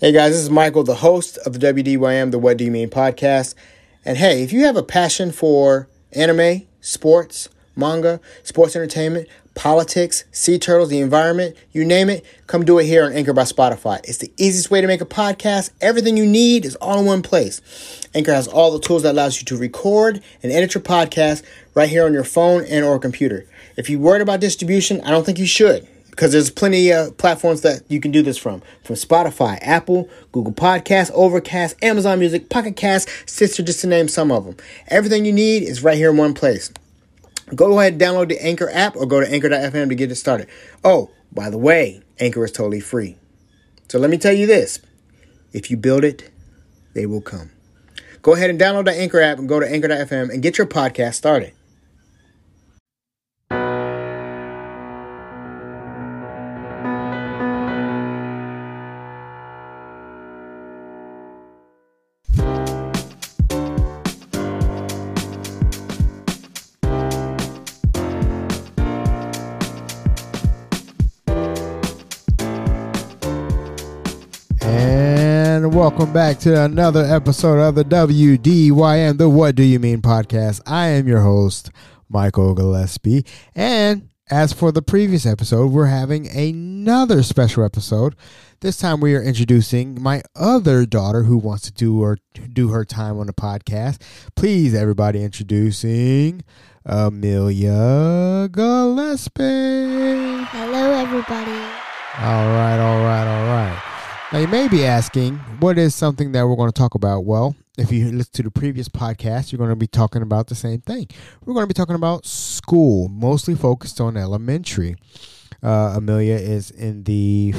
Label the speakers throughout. Speaker 1: Hey guys, this is Michael, the host of the WDYM, the What Do You Mean podcast. And hey, if you have a passion for anime, sports, manga, sports entertainment, politics, sea turtles, the environment, you name it, come do it here on Anchor by Spotify. It's the easiest way to make a podcast. Everything you need is all in one place. Anchor has all the tools that allows you to record and edit your podcast right here on your phone and or computer. If you're worried about distribution, I don't think you should because there's plenty of uh, platforms that you can do this from from spotify apple google Podcasts, overcast amazon music pocket cast stitcher just to name some of them everything you need is right here in one place go ahead and download the anchor app or go to anchor.fm to get it started oh by the way anchor is totally free so let me tell you this if you build it they will come go ahead and download the anchor app and go to anchor.fm and get your podcast started
Speaker 2: And welcome back to another episode of the WDYM, the What Do You Mean podcast. I am your host, Michael Gillespie. And as for the previous episode, we're having another special episode. This time we are introducing my other daughter who wants to do her, do her time on the podcast. Please, everybody, introducing Amelia Gillespie.
Speaker 3: Hello, everybody.
Speaker 2: All right, all right, all right. Now, you may be asking, what is something that we're going to talk about? Well, if you listen to the previous podcast, you're going to be talking about the same thing. We're going to be talking about school, mostly focused on elementary. Uh, Amelia is in the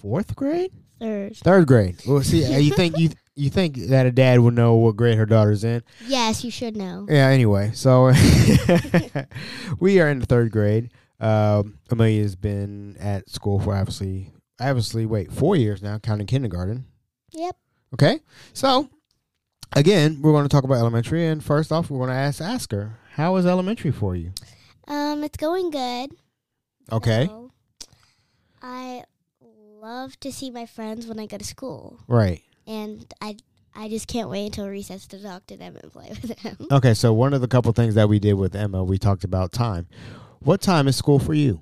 Speaker 2: fourth grade,
Speaker 3: Third.
Speaker 2: third grade. Well, see, uh, you think you you think that a dad would know what grade her daughter's in?
Speaker 3: Yes, you should know.
Speaker 2: Yeah. Anyway, so we are in the third grade. Um, Amelia has been at school for obviously, obviously, wait, four years now, counting kindergarten.
Speaker 3: Yep.
Speaker 2: Okay. So, again, we're going to talk about elementary, and first off, we're going to ask ask her how is elementary for you?
Speaker 3: Um, it's going good.
Speaker 2: Okay.
Speaker 3: So, I love to see my friends when I go to school,
Speaker 2: Right.
Speaker 3: and I I just can't wait until recess to talk to them and play with them.
Speaker 2: Okay. So one of the couple things that we did with Emma, we talked about time. What time is school for you?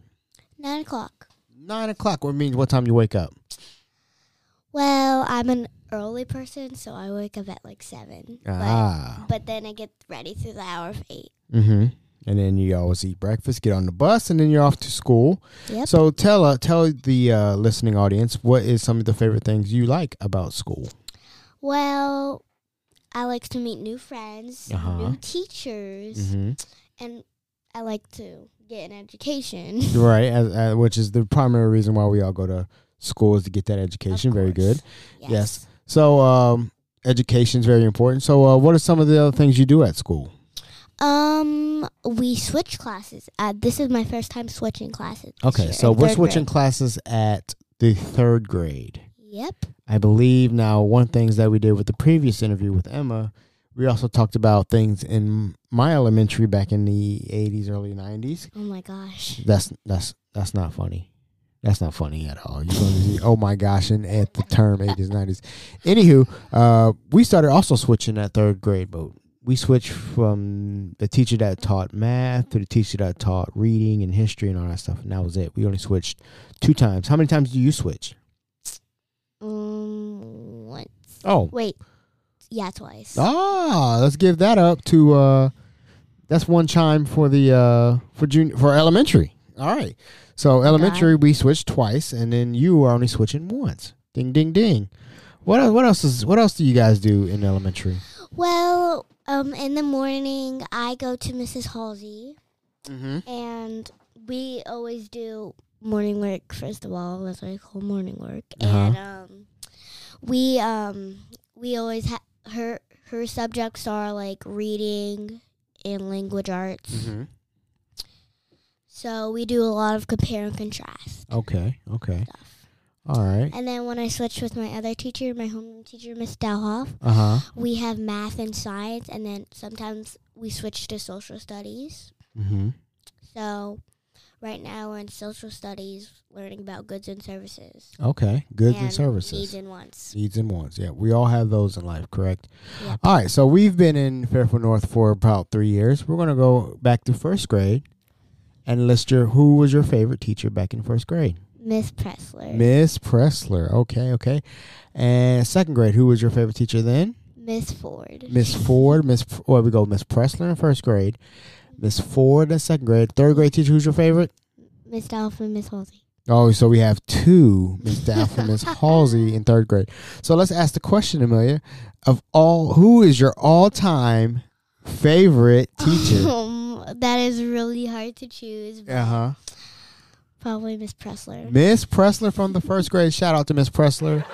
Speaker 3: Nine o'clock.
Speaker 2: Nine o'clock. What means what time you wake up?
Speaker 3: Well, I'm an early person, so I wake up at like seven.
Speaker 2: Ah.
Speaker 3: But, but then I get ready through the hour of eight.
Speaker 2: Mm-hmm. And then you always eat breakfast, get on the bus, and then you're off to school.
Speaker 3: Yep.
Speaker 2: So tell uh, tell the uh, listening audience what is some of the favorite things you like about school.
Speaker 3: Well, I like to meet new friends,
Speaker 2: Uh-huh.
Speaker 3: new teachers.
Speaker 2: Mm-hmm.
Speaker 3: and I like to get an education.
Speaker 2: right as, uh, which is the primary reason why we all go to school is to get that education
Speaker 3: Of
Speaker 2: very good
Speaker 3: course.
Speaker 2: yes, so um education is very important so uh, what are some of the other things you do at school
Speaker 3: Um, we switch classes. Uh, this is my first time switching classes. this
Speaker 2: okay
Speaker 3: year
Speaker 2: so
Speaker 3: in
Speaker 2: we're
Speaker 3: third
Speaker 2: switching
Speaker 3: grade.
Speaker 2: classes at the third grade
Speaker 3: Yep.
Speaker 2: i believe now one of the things that we did with the previous interview with emma we also talked about things in my elementary back in the 80s early 90s
Speaker 3: Oh my gosh.
Speaker 2: that's that's that's not funny that's not funny at all. You're going to see, oh my gosh, and at the term 80s, 90s. Anywho, uh, we started also switching that third grade boat. We switched from the teacher that taught math to the teacher that taught reading and history and all that stuff. And that was it. We only switched two times. How many times do you switch?
Speaker 3: Um, once.
Speaker 2: Oh,
Speaker 3: Wait. Yeah, twice.
Speaker 2: ah, let's give that up to uh, that's one chime for the uh, for junior for elementary. All right, so elementary we switched twice, and then you are only switching once. Ding, ding, ding. What el- what else is what else do you guys do in elementary?
Speaker 3: Well, um, in the morning I go to Mrs. Halsey,
Speaker 2: Mm-hmm.
Speaker 3: and we always do morning work. First of all, that's what I call morning work,
Speaker 2: Uh-huh.
Speaker 3: and um, we um we always ha- her her subjects are like reading and language arts.
Speaker 2: Mm-hmm.
Speaker 3: So we do a lot of compare and contrast.
Speaker 2: Okay, okay. All right.
Speaker 3: And then when I switch with my other teacher, my homeroom teacher, Miss Dalhoff,
Speaker 2: Uh huh.
Speaker 3: we have math and science, and then sometimes we switch to social studies.
Speaker 2: Mm-hmm.
Speaker 3: So Right now, we're in social studies, learning about goods and services.
Speaker 2: Okay. Goods and,
Speaker 3: and
Speaker 2: services.
Speaker 3: Needs and wants.
Speaker 2: Needs and wants. Yeah, we all have those in life, correct?
Speaker 3: Yep.
Speaker 2: All right, so we've been in Fairfield North for about three years. We're going to go back to first grade and list your who was your favorite teacher back in first grade?
Speaker 3: Miss Pressler.
Speaker 2: Miss Pressler. Okay, okay. And second grade, who was your favorite teacher then?
Speaker 3: Miss Ford.
Speaker 2: Miss Ford. Miss. Where we go? Miss Pressler in first grade. Miss Ford in second grade. Third grade teacher, who's your favorite?
Speaker 3: Miss Dolphin. Miss Halsey.
Speaker 2: Oh, so we have two Miss Daff and Miss Halsey in third grade. So let's ask the question, Amelia, of all who is your all-time favorite teacher?
Speaker 3: Um, that is really hard to choose. but
Speaker 2: Uh huh.
Speaker 3: Probably Miss Pressler.
Speaker 2: Miss Pressler from the first grade. Shout out to Miss Pressler.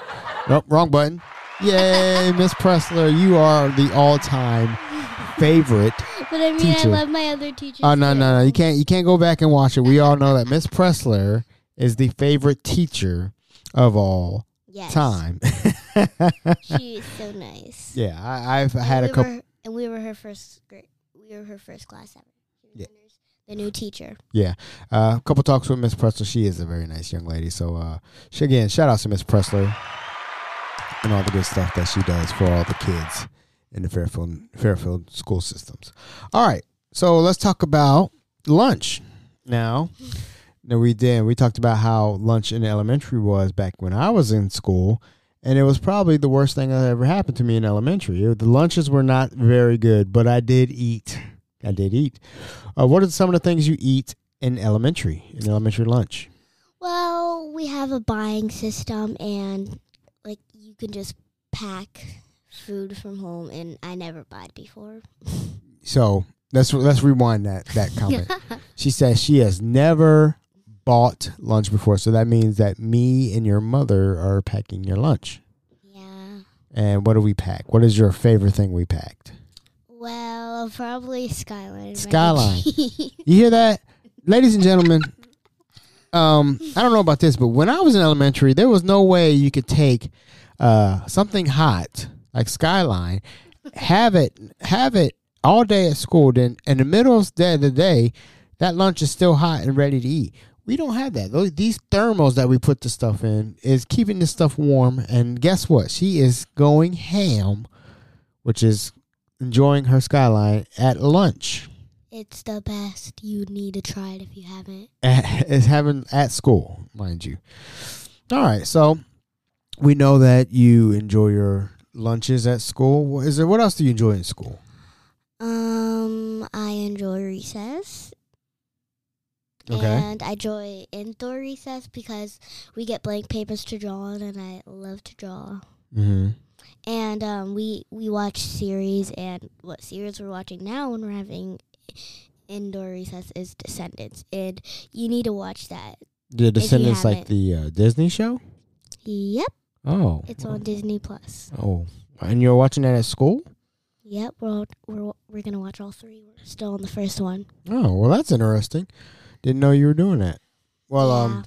Speaker 2: Nope, wrong button. Yay, Miss Pressler, you are the all-time favorite
Speaker 3: But I mean,
Speaker 2: Teacher.
Speaker 3: I love my other teachers.
Speaker 2: Oh no
Speaker 3: too.
Speaker 2: no no! You can't you can't go back and watch it. We all know that Miss Pressler is the favorite teacher of all
Speaker 3: Yes.
Speaker 2: time.
Speaker 3: she is so nice.
Speaker 2: yeah, I, I've
Speaker 3: And
Speaker 2: had a
Speaker 3: we
Speaker 2: couple.
Speaker 3: Were, and we were her first grade. We were her first class ever. She was
Speaker 2: Yeah.
Speaker 3: the nurse- The new teacher.
Speaker 2: Yeah, a Uh, couple talks with Miss Pressler. She is a very nice young lady. So uh, she, again, shout out to Miss Pressler and all the good stuff that she does for all the kids in the Fairfield Fairfield school systems. All right, so let's talk about lunch now. Now we did. We talked about how lunch in elementary was back when I was in school, and it was probably the worst thing that ever happened to me in elementary. The lunches were not very good, but I did eat. I did eat. Uh, what are some of the things you eat in elementary? In elementary lunch?
Speaker 3: Well, we have a buying system, and like you can just pack food from home, and I never bought before.
Speaker 2: So let's let's rewind that that comment. she says she has never bought lunch before, so that means that me and your mother are packing your lunch.
Speaker 3: yeah.
Speaker 2: And what do we pack? What is your favorite thing we packed?
Speaker 3: Well, probably Skyline.
Speaker 2: Skyline. You hear that, ladies and gentlemen? Um, I don't know about this, but when I was in elementary, there was no way you could take uh, something hot like Skyline, have it, have it all day at school. Then in the middle of the, the day, that lunch is still hot and ready to eat. We don't have that. Those these thermals that we put the stuff in is keeping this stuff warm. And guess what? She is going ham, which is enjoying her Skyline at lunch.
Speaker 3: it's the best. You need to try it if you haven't.
Speaker 2: at, is having at school, mind you. All right, so we know that you enjoy your lunches at school. Wh- Is there what else do you enjoy in school?
Speaker 3: Um, I enjoy recess.
Speaker 2: Okay.
Speaker 3: And I enjoy indoor recess because we get blank papers to draw on, and I love to draw.
Speaker 2: Mm-hmm.
Speaker 3: And um, we we watch series, and what series we're watching now when we're having indoor recess is Descendants, and you need to watch that.
Speaker 2: The Descendants, like
Speaker 3: haven't-
Speaker 2: the uh, Disney show.
Speaker 3: Yep,
Speaker 2: Oh,
Speaker 3: it's on Disney Plus.
Speaker 2: Oh, and you're watching that at school?
Speaker 3: Yep, we're all, we're we're gonna watch all three. We're still on the first one.
Speaker 2: Oh, well, that's interesting. Didn't know you were doing that. Well, um,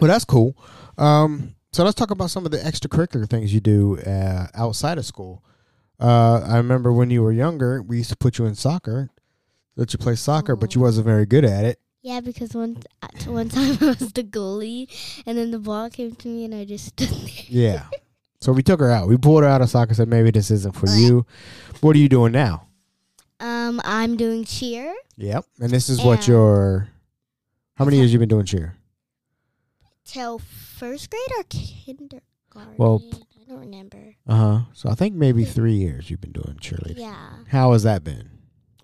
Speaker 2: Well, that's cool. Um, so let's talk about some of the extracurricular things you do uh, outside of school. Uh, I remember when you were younger, we used to put you in soccer, let you play soccer, but you wasn't very good at it.
Speaker 3: Yeah, because one at one time I was the goalie, and then the ball came to me, and I just stood there.
Speaker 2: Yeah. so we took her out. We pulled her out of soccer. Said maybe this isn't for you. What are you doing now?
Speaker 3: Um, I'm doing cheer
Speaker 2: Yep. And this is what
Speaker 3: And-
Speaker 2: your. How many years you been doing cheer?
Speaker 3: till first grade or kindergarten.
Speaker 2: Well,
Speaker 3: I don't remember.
Speaker 2: Uh huh. So I think maybe three years you've been doing cheerleading.
Speaker 3: Yeah,
Speaker 2: How has that been?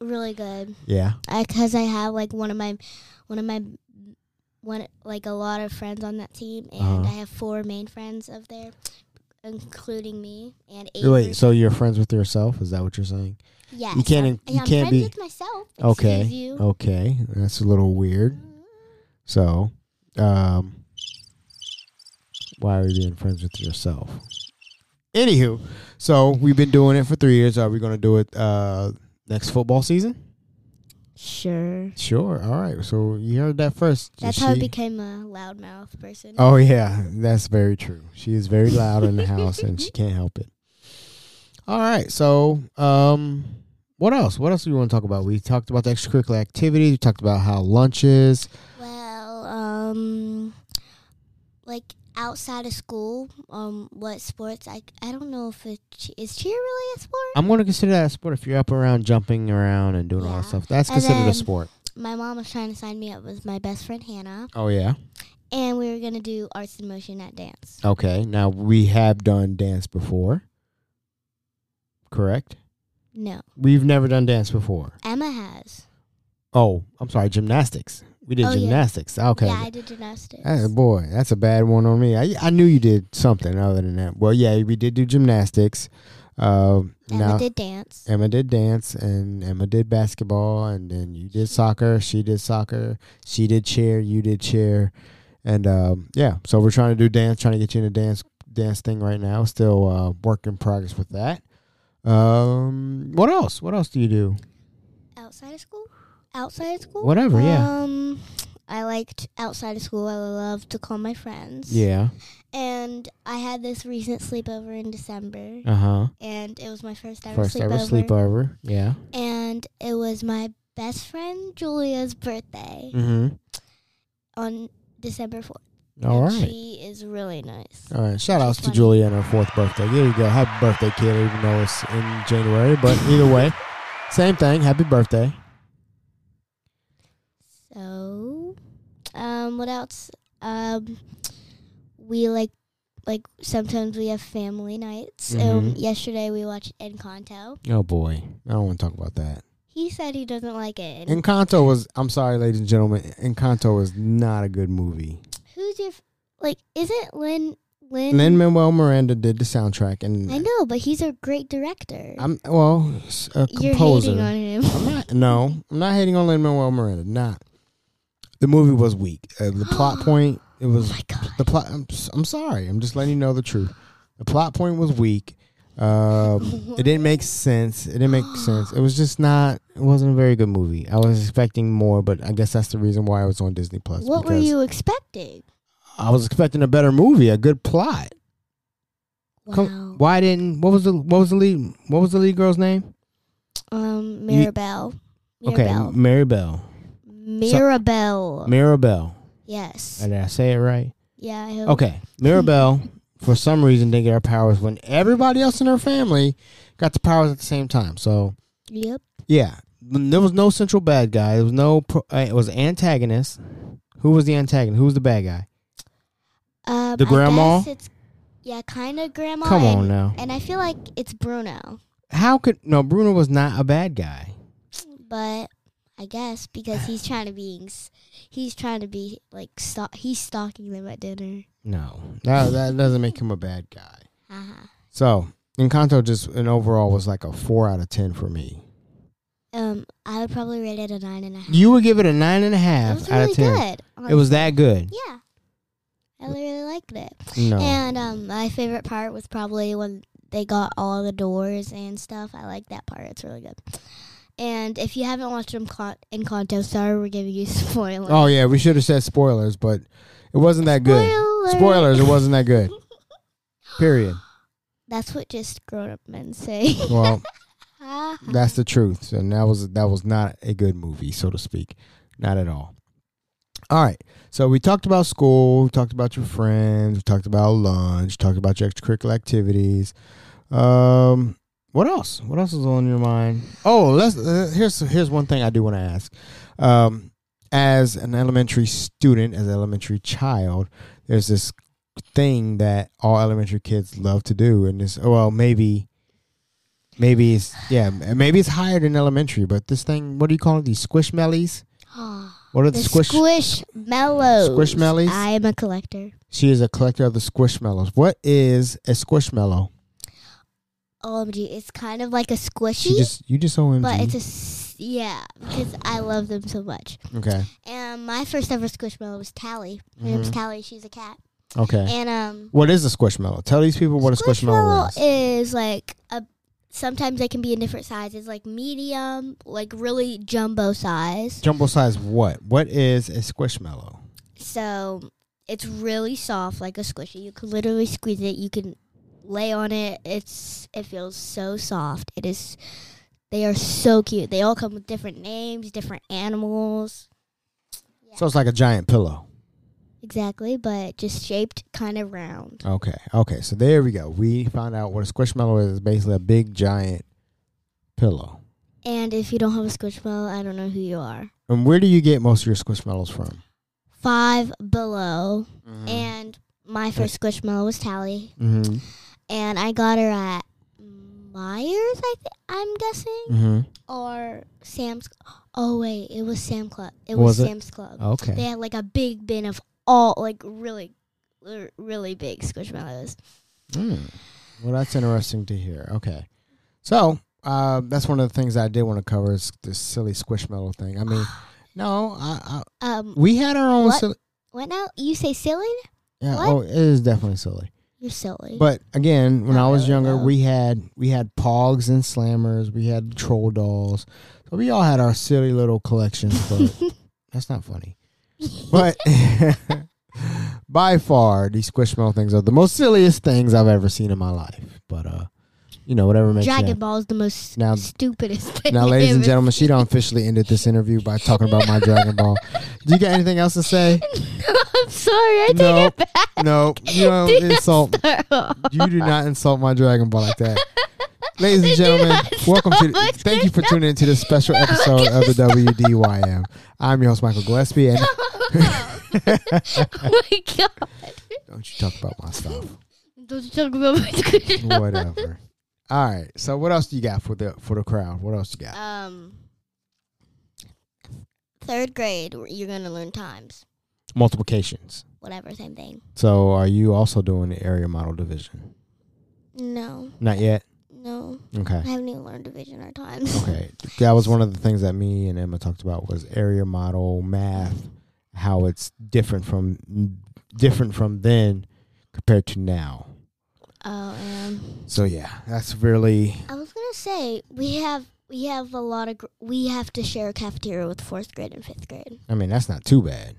Speaker 3: really good.
Speaker 2: Yeah.
Speaker 3: I cause I have like one of my, one of my, one like a lot of friends on that team, and
Speaker 2: Uh-huh.
Speaker 3: I have four main friends of there, including me and eight.
Speaker 2: Wait.
Speaker 3: pers-
Speaker 2: So you're friends with yourself? Is that what you're saying?
Speaker 3: yes,
Speaker 2: you can't in-
Speaker 3: I'm,
Speaker 2: you
Speaker 3: I'm
Speaker 2: can't
Speaker 3: friends
Speaker 2: be-
Speaker 3: with myself.
Speaker 2: Okay.
Speaker 3: Excuse you.
Speaker 2: Okay, that's a little weird. So, um, why are you being friends with yourself? Anywho, so we've been doing it for three years. Are we going to do it uh, next football season?
Speaker 3: Sure.
Speaker 2: Sure. All right. So you heard that first.
Speaker 3: That's
Speaker 2: She-
Speaker 3: how I became a loudmouth person.
Speaker 2: Oh yeah, that's very true. She is very loud in the house, and she can't help it. All right, so um, what else? What else do we want to talk about? We talked about the extracurricular activities. We talked about how lunches.
Speaker 3: Well, um, like outside of school, um, what sports? I, I don't know if it che- is cheer really a sport.
Speaker 2: I'm going to consider that a sport if you're up around, jumping around, and doing all
Speaker 3: Yeah.
Speaker 2: that stuff. That's
Speaker 3: And
Speaker 2: considered a
Speaker 3: then-
Speaker 2: sport.
Speaker 3: My mom was trying to sign me up with my best friend Hannah,
Speaker 2: Oh yeah.
Speaker 3: and we were gonna do arts and motion at dance.
Speaker 2: Okay. Now we have done dance before. Correct.
Speaker 3: No,
Speaker 2: We've never done dance before.
Speaker 3: Emma has.
Speaker 2: Oh, I'm sorry, gymnastics. We did
Speaker 3: Oh, yeah.
Speaker 2: gymnastics. Okay.
Speaker 3: Yeah, I did gymnastics.
Speaker 2: Hey, boy, that's a bad one on me. I I knew you did something other than that. Well, yeah, we did do gymnastics. Um,
Speaker 3: Emma
Speaker 2: now
Speaker 3: did dance.
Speaker 2: Emma did dance, and Emma did basketball, and then you did soccer. She did soccer. She did chair. You did chair, and um, yeah. So we're trying to do dance, trying to get you in a dance dance thing right now. Still uh, work in progress with that. Um, what else? What else do you do?
Speaker 3: Outside of school? Outside of school?
Speaker 2: Whatever, yeah.
Speaker 3: Um, I liked outside of school. I loved to call my friends.
Speaker 2: Yeah.
Speaker 3: And I had this recent sleepover in December,
Speaker 2: Uh huh.
Speaker 3: and it was my first ever
Speaker 2: First
Speaker 3: sleepover.
Speaker 2: ever sleepover. Yeah.
Speaker 3: And it was my best friend Julia's birthday
Speaker 2: Mm-hmm.
Speaker 3: on December 4th.
Speaker 2: All
Speaker 3: And
Speaker 2: right.
Speaker 3: She is really nice.
Speaker 2: All right. Shout outs to
Speaker 3: funny.
Speaker 2: Julia on her fourth birthday. There you go. Happy birthday, kid, even though it's in January. But either way, same thing. Happy birthday.
Speaker 3: So, um, what else? Um, we like, like sometimes we have family nights. Um,
Speaker 2: Mhm.
Speaker 3: yesterday we watched Encanto.
Speaker 2: Oh, boy. I don't want to talk about that.
Speaker 3: He said he doesn't like it. And
Speaker 2: Encanto was, I'm sorry, ladies and gentlemen, Encanto was not a good movie.
Speaker 3: Who's your f- like? Isn't Lin Lin?
Speaker 2: Lin Manuel Miranda did the soundtrack, and
Speaker 3: I know, but he's a great director.
Speaker 2: I'm, well, s- a
Speaker 3: You're
Speaker 2: composer.
Speaker 3: hating on him.
Speaker 2: I'm not. No, I'm not hating on Lin Manuel Miranda. Not. The movie was weak. Uh, the plot point. It was
Speaker 3: oh my god!
Speaker 2: the plot. I'm, s- I'm sorry. I'm just letting you know the truth. The plot point was weak. Um, it didn't make sense. It didn't make sense. It was just not. It wasn't a very good movie. I was expecting more, but I guess that's the reason why I was on Disney Plus.
Speaker 3: What were
Speaker 2: because
Speaker 3: you expecting?
Speaker 2: I was expecting a better movie, a good plot.
Speaker 3: Wow.
Speaker 2: Come- why didn't? What was the? What was the lead? What was the lead girl's name?
Speaker 3: um, Mirabelle.
Speaker 2: Okay,
Speaker 3: Mirabelle.
Speaker 2: Maribel.
Speaker 3: Mirabelle.
Speaker 2: Maribel.
Speaker 3: yes.
Speaker 2: Did I say it right?
Speaker 3: Yeah. I hope.
Speaker 2: Okay, Mirabelle, for some reason, didn't get her powers when everybody else in her family got the powers at the same time. So
Speaker 3: Yep.
Speaker 2: yeah, N- there was no central bad guy. There was no. Pro- uh, it was antagonist. Who was the antagonist? Who was the bad guy?
Speaker 3: Um,
Speaker 2: The
Speaker 3: I
Speaker 2: grandma?
Speaker 3: guess it's, yeah, kind of grandma.
Speaker 2: Come
Speaker 3: and,
Speaker 2: on now.
Speaker 3: And I feel like it's Bruno,
Speaker 2: How could no? Bruno was not a bad guy.
Speaker 3: but I guess because he's trying to be, s- he's trying to be like stalk, he's stalking them at dinner.
Speaker 2: No, that that doesn't make him a bad guy.
Speaker 3: Haha.
Speaker 2: So Encanto just and overall was like a four out of ten for me.
Speaker 3: Um, I would probably rate it a nine and a half.
Speaker 2: You would give it a nine and a
Speaker 3: it
Speaker 2: half
Speaker 3: was
Speaker 2: out
Speaker 3: really
Speaker 2: of ten.
Speaker 3: good.
Speaker 2: It was that good.
Speaker 3: Yeah, I really liked it.
Speaker 2: No.
Speaker 3: And um, my favorite part was probably when they got all the doors and stuff. I like that part. It's really good. And if you haven't watched Encan- Encanto, sorry we're giving you spoilers.
Speaker 2: Oh yeah, we should have said spoilers, but it wasn't that good.
Speaker 3: Spoilers.
Speaker 2: Spoilers, it wasn't that good. Period.
Speaker 3: That's what just grown up men say.
Speaker 2: Well,
Speaker 3: Ha, ha.
Speaker 2: that's the truth, and that was that was not a good movie, so to speak, not at all. All right, so we talked about school, we talked about your friends, we talked about lunch, talked about your extracurricular activities. Um, what else? What else is on your mind? Oh, let's. Uh, here's here's one thing I do want to ask. Um, as an elementary student, as an elementary child, there's this thing that all elementary kids love to do, and this well maybe. Maybe it's yeah. m- Maybe it's higher than elementary, but this thing. What do you call it? These squishmallies. What are the,
Speaker 3: Ah, the
Speaker 2: squish?
Speaker 3: squish mellows.
Speaker 2: Squishmallows?
Speaker 3: I am a collector.
Speaker 2: she is a collector of the squishmallows. What is a squishmallow?
Speaker 3: OMG, Oh, it's kind of like a
Speaker 2: She
Speaker 3: squishy,
Speaker 2: just you just omg.
Speaker 3: but it's a s- yeah because I love them so much.
Speaker 2: okay.
Speaker 3: And my first ever Squishmallow was Tally. Her name's
Speaker 2: Mhm.
Speaker 3: Tally. She's a cat.
Speaker 2: Okay.
Speaker 3: And um,
Speaker 2: what is a squishmallow? Tell these people what a squishmallow, is.
Speaker 3: is like a. Sometimes they can be in different sizes, like medium, like really jumbo size.
Speaker 2: Jumbo size. What? What is a squishmallow?
Speaker 3: So it's really soft, like a squishy. You can literally squeeze it. You can lay on it. It's it feels so soft. It is. They are so cute. They all come with different names, different animals.
Speaker 2: So it's like a giant pillow.
Speaker 3: exactly, but just shaped kind of round.
Speaker 2: Okay, okay. So there we go. We found out what a squishmallow is. It's basically a big giant pillow.
Speaker 3: And if you don't have a squishmallow, I don't know who you are.
Speaker 2: And where do you get most of your squishmallows from?
Speaker 3: Five below.
Speaker 2: Mm.
Speaker 3: And my first squishmallow was Tally,
Speaker 2: Mm-hmm.
Speaker 3: and I got her at Myers, I th- I'm guessing,
Speaker 2: Mm-hmm.
Speaker 3: or Sam's. Oh wait, it was Sam Club. It
Speaker 2: Was
Speaker 3: was,
Speaker 2: it? Oh,
Speaker 3: Sam's Club. They
Speaker 2: Okay.
Speaker 3: had like a big bin of all like really, r- really big squishmallows.
Speaker 2: Mm. Well, that's interesting to hear. Okay. So uh, that's one of the things I did want to cover is this silly squishmallow thing. I mean, no, I, I,
Speaker 3: Um,
Speaker 2: we had our own
Speaker 3: What?
Speaker 2: silly.
Speaker 3: what now? You say silly?
Speaker 2: Yeah,
Speaker 3: What?
Speaker 2: oh, it is definitely silly.
Speaker 3: You're silly.
Speaker 2: But again, when I
Speaker 3: Not
Speaker 2: was
Speaker 3: really,
Speaker 2: younger,
Speaker 3: though.
Speaker 2: we had we had Pogs and Slammers, we had Troll dolls, so we all had our silly little collections. But that's not funny. But by far, these Squishmallow things are the most silliest things I've ever seen in my life. But uh, you know, whatever makes you
Speaker 3: Dragon
Speaker 2: happy.
Speaker 3: Ball is the most
Speaker 2: Now-
Speaker 3: stupidest thing.
Speaker 2: Now, ladies and
Speaker 3: I've
Speaker 2: gentlemen, she done officially ended this interview by talking about my Dragon Ball. Do you got anything else to say?
Speaker 3: ever- I'm sorry, I
Speaker 2: No.
Speaker 3: take it back.
Speaker 2: No, you don't
Speaker 3: Do not
Speaker 2: insult
Speaker 3: start off.
Speaker 2: You do not insult my Dragon Ball like that. Ladies and gentlemen, welcome to.
Speaker 3: my
Speaker 2: Thank you for tuning into this special episode of the E WDYM. I'm your host, Michael Gillespie, and
Speaker 3: oh my god.
Speaker 2: don't you talk about my stuff.
Speaker 3: Don't you talk about my squishmallow.
Speaker 2: Whatever. All right. So, what else do you got for the for the crowd? What else you got?
Speaker 3: Um, third grade, you're going to learn times.
Speaker 2: Multiplications.
Speaker 3: Whatever, same thing.
Speaker 2: So, are you also doing the area model division?
Speaker 3: No,
Speaker 2: Not yet.
Speaker 3: no.
Speaker 2: Okay.
Speaker 3: I haven't even learned division or times.
Speaker 2: Okay. That was one of the things that me and Emma talked about was area model math, how it's different from different from then compared to now.
Speaker 3: Oh, um,
Speaker 2: So yeah, that's really
Speaker 3: I was going to say, we have. We have a lot of. Gr- we have to share a cafeteria with fourth grade and fifth grade.
Speaker 2: I mean, that's not too bad.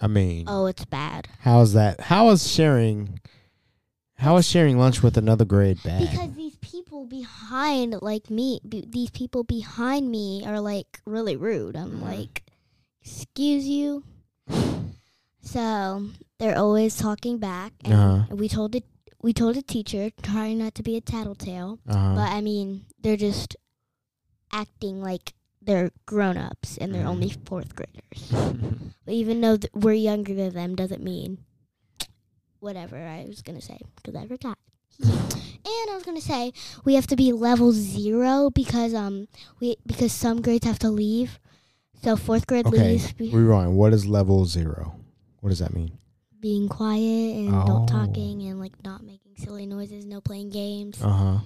Speaker 2: I mean,
Speaker 3: Oh, it's bad.
Speaker 2: how's that? How is sharing how is sharing lunch with another grade bad?
Speaker 3: Because these people behind, like me, be, these people behind me are like really rude. I'm
Speaker 2: Mhm.
Speaker 3: like, excuse you. So they're always talking back, and
Speaker 2: Uh-huh.
Speaker 3: we told the we told the teacher trying not to be a tattletale,
Speaker 2: uh-huh.
Speaker 3: but I mean they're just acting like they're grown ups and they're
Speaker 2: Mhm.
Speaker 3: only fourth graders. Even though th- we're younger than them, doesn't mean whatever I was gonna say because I forgot. And I was gonna say we have to be level zero because um we because some grades have to leave, so fourth grade
Speaker 2: okay,
Speaker 3: leaves be-
Speaker 2: rewind. What is level zero? What does that mean?
Speaker 3: being quiet and not
Speaker 2: Oh.
Speaker 3: talking and like not making silly noises, no playing games.
Speaker 2: Uh huh.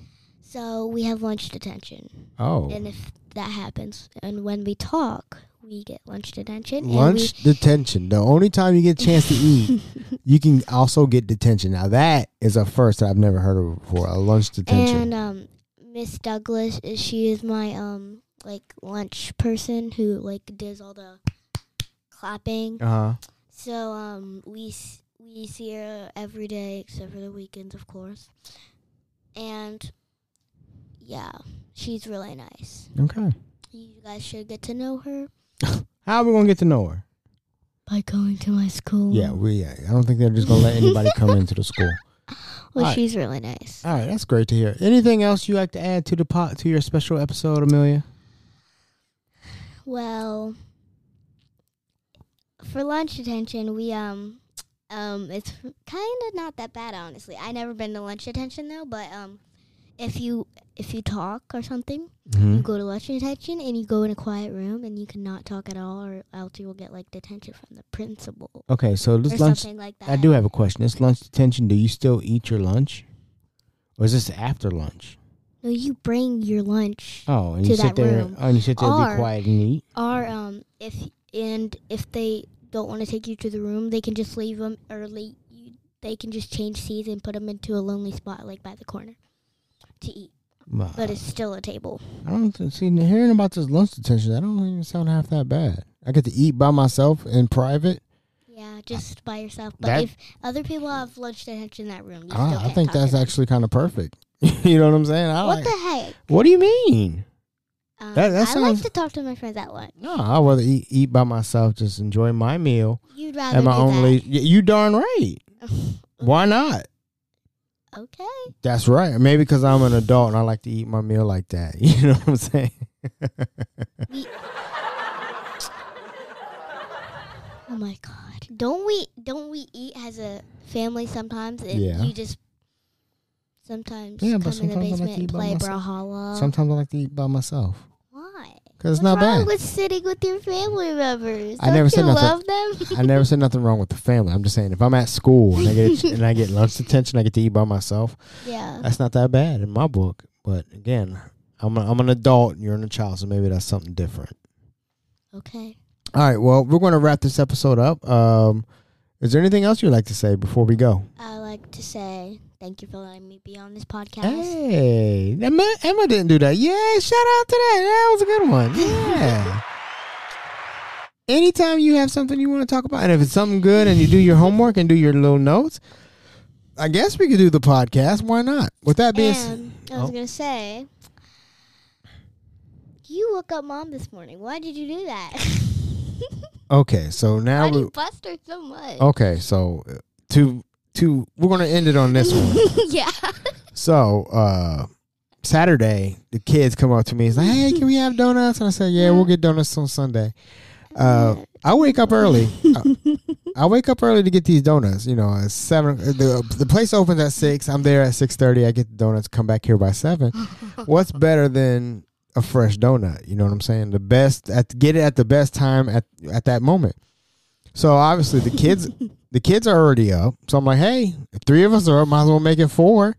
Speaker 3: So we have lunch detention,
Speaker 2: Oh,
Speaker 3: and if that happens, and when we talk, we get lunch detention.
Speaker 2: lunch detention. The only time you get a chance to eat, you can also get detention. Now that is a first that I've never heard of before. A lunch
Speaker 3: and, we,
Speaker 2: detention.
Speaker 3: and um Miss Douglas, is- she is my um like lunch person who like does all the clapping.
Speaker 2: uh huh.
Speaker 3: So um, we s- we see her every day except for the weekends, of course. And yeah, she's really nice.
Speaker 2: Okay.
Speaker 3: You guys should get to know her
Speaker 2: How are we gonna get to know her?
Speaker 3: by going to my school.
Speaker 2: Yeah, we. uh, I don't think they're just gonna let anybody come into the school.
Speaker 3: well,
Speaker 2: alright.
Speaker 3: she's really nice.
Speaker 2: All right, that's great to hear. Anything else you like to add to the pot to your special episode, Amelia?
Speaker 3: Well, for lunch detention, we um um it's kind of not that bad, honestly. I never been to lunch detention though, but um, if you if you talk or something.
Speaker 2: Hmm?
Speaker 3: You go to lunch detention and you go in a quiet room and you cannot talk at all, or else you will get like detention from the principal
Speaker 2: Okay, so
Speaker 3: or
Speaker 2: this lunch.
Speaker 3: something like that.
Speaker 2: I do have a question. This lunch detention. Do you still eat your lunch, or is this after lunch?
Speaker 3: No, you bring your lunch,
Speaker 2: Oh, and
Speaker 3: To
Speaker 2: you
Speaker 3: that
Speaker 2: sit there.
Speaker 3: room.
Speaker 2: Oh, and you sit there, and
Speaker 3: Or-
Speaker 2: be quiet and eat.
Speaker 3: or um, if and if they don't want to take you to the room, they can just leave them early. You, they can just change seats and put them into a lonely spot, like by the corner, to eat.
Speaker 2: Nah,
Speaker 3: But it's still a table.
Speaker 2: I don't th- see hearing about this lunch detention. That don't even sound half that bad. I get to eat by myself in private.
Speaker 3: Yeah, just by yourself. But
Speaker 2: That-
Speaker 3: if other people have lunch detention in that room, you still
Speaker 2: Ah, I
Speaker 3: can't
Speaker 2: think
Speaker 3: talk to
Speaker 2: that's
Speaker 3: them.
Speaker 2: actually kind of perfect. you know what I'm saying? I
Speaker 3: what
Speaker 2: like-
Speaker 3: the heck.
Speaker 2: What do you mean?
Speaker 3: Um,
Speaker 2: That- that
Speaker 3: I
Speaker 2: sounds-
Speaker 3: like to talk to my friends at lunch.
Speaker 2: No, I rather eat, eat by myself, just enjoy my meal
Speaker 3: You'd rather
Speaker 2: and my
Speaker 3: do
Speaker 2: own. leisure. Y- You darn right.
Speaker 3: that.
Speaker 2: Why not?
Speaker 3: okay.
Speaker 2: That's right. Maybe because I'm an adult and I like to eat my meal like that. You know what I'm saying?
Speaker 3: Oh my god. Don't we don't we eat as a family sometimes? And
Speaker 2: Yeah.
Speaker 3: You just sometimes
Speaker 2: Yeah,
Speaker 3: come
Speaker 2: but
Speaker 3: in the
Speaker 2: sometimes I like
Speaker 3: basement
Speaker 2: to
Speaker 3: and
Speaker 2: eat by
Speaker 3: play
Speaker 2: myself.
Speaker 3: Brawlhalla.
Speaker 2: Sometimes I like to eat by myself
Speaker 3: Why?
Speaker 2: because it's
Speaker 3: Uh. What's
Speaker 2: not
Speaker 3: wrong
Speaker 2: bad.
Speaker 3: with sitting with your family members?
Speaker 2: I
Speaker 3: Don't
Speaker 2: never
Speaker 3: you
Speaker 2: said nothing.
Speaker 3: love them?
Speaker 2: I never said nothing wrong with the family. I'm just saying if I'm at school and I get and I get lunch attention, I get to eat by myself.
Speaker 3: yeah.
Speaker 2: That's not that bad in my book. But again, I'm a, I'm an adult. and You're a child, so maybe that's something different.
Speaker 3: Okay.
Speaker 2: All right. Well, we're going to wrap this episode up. Um, is there anything else you'd like to say before we go?
Speaker 3: I like to say thank you for letting me be on this podcast.
Speaker 2: Hey, Emma, Emma didn't do that. Yeah, shout out to that. That was a good one. Yeah. Anytime you have something you want to talk about, and if it's something good and you do your homework and do your little notes, I guess we could do the podcast. Why not? With that being said,
Speaker 3: And I was
Speaker 2: Oh.
Speaker 3: gonna say, you woke up mom this morning. Why did you do that?
Speaker 2: okay, so now
Speaker 3: Why do
Speaker 2: we,
Speaker 3: you bust her so much?
Speaker 2: okay, so uh, to to we're gonna end it on this one.
Speaker 3: yeah.
Speaker 2: So uh Saturday, the kids come up to me. It's like, "Hey, can we have donuts?" And I said, "Yeah, we'll get donuts on Sunday." Uh, I wake up early. I, I wake up early to get these donuts. You know, at seven. uh, The the place opens at six. I'm there at six thirty. I get the donuts. Come back here by seven. What's better than a fresh donut? You know what I'm saying? The best at get it at the best time at at that moment. So obviously the kids the kids are already up. So I'm like, hey, if three of us are up, might as well make it four.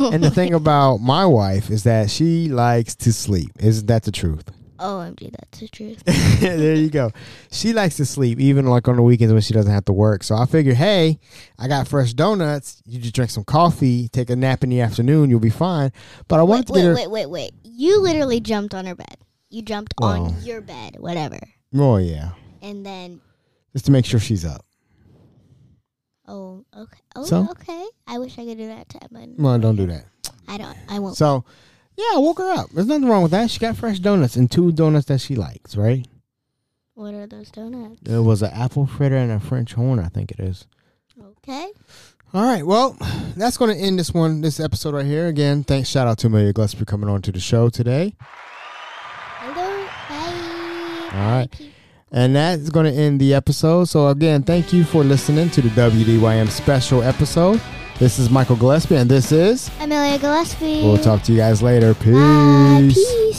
Speaker 2: And the thing about my wife is that she likes to sleep. Isn't that the truth?
Speaker 3: OMG, Oh, that's the truth.
Speaker 2: there you go. She likes to sleep, even like on the weekends when she doesn't have to work. So I figured, hey, I got fresh donuts. You just drink some coffee, take a nap in the afternoon, you'll be fine. But I wanted
Speaker 3: wait,
Speaker 2: to get her.
Speaker 3: wait, wait, wait, wait. You literally jumped on her bed. You jumped
Speaker 2: Well.
Speaker 3: on your bed, whatever.
Speaker 2: Oh yeah,
Speaker 3: And then,
Speaker 2: just to make sure she's up.
Speaker 3: oh, okay. Oh,
Speaker 2: So?
Speaker 3: okay. I wish I could do that to Emma.
Speaker 2: Well, don't do that.
Speaker 3: I don't. I won't.
Speaker 2: So, yeah, I woke her up. There's nothing wrong with that. She got fresh donuts and two donuts that she likes, right?
Speaker 3: what are those donuts?
Speaker 2: It was an apple fritter and a French horn, I think it is.
Speaker 3: Okay.
Speaker 2: All right, well, that's going to end this one, this episode right here. Again, thanks, shout out to Amelia Gillespie for coming on to the show today.
Speaker 3: Hello. Bye.
Speaker 2: All right.
Speaker 3: Peace.
Speaker 2: And that's going to end the episode. So, again, thank you for listening to the WDYM special episode. This is Michael Gillespie, and this is.
Speaker 3: Amelia Gillespie.
Speaker 2: We'll talk to you guys later.
Speaker 3: Bye.
Speaker 2: Peace.
Speaker 3: Peace.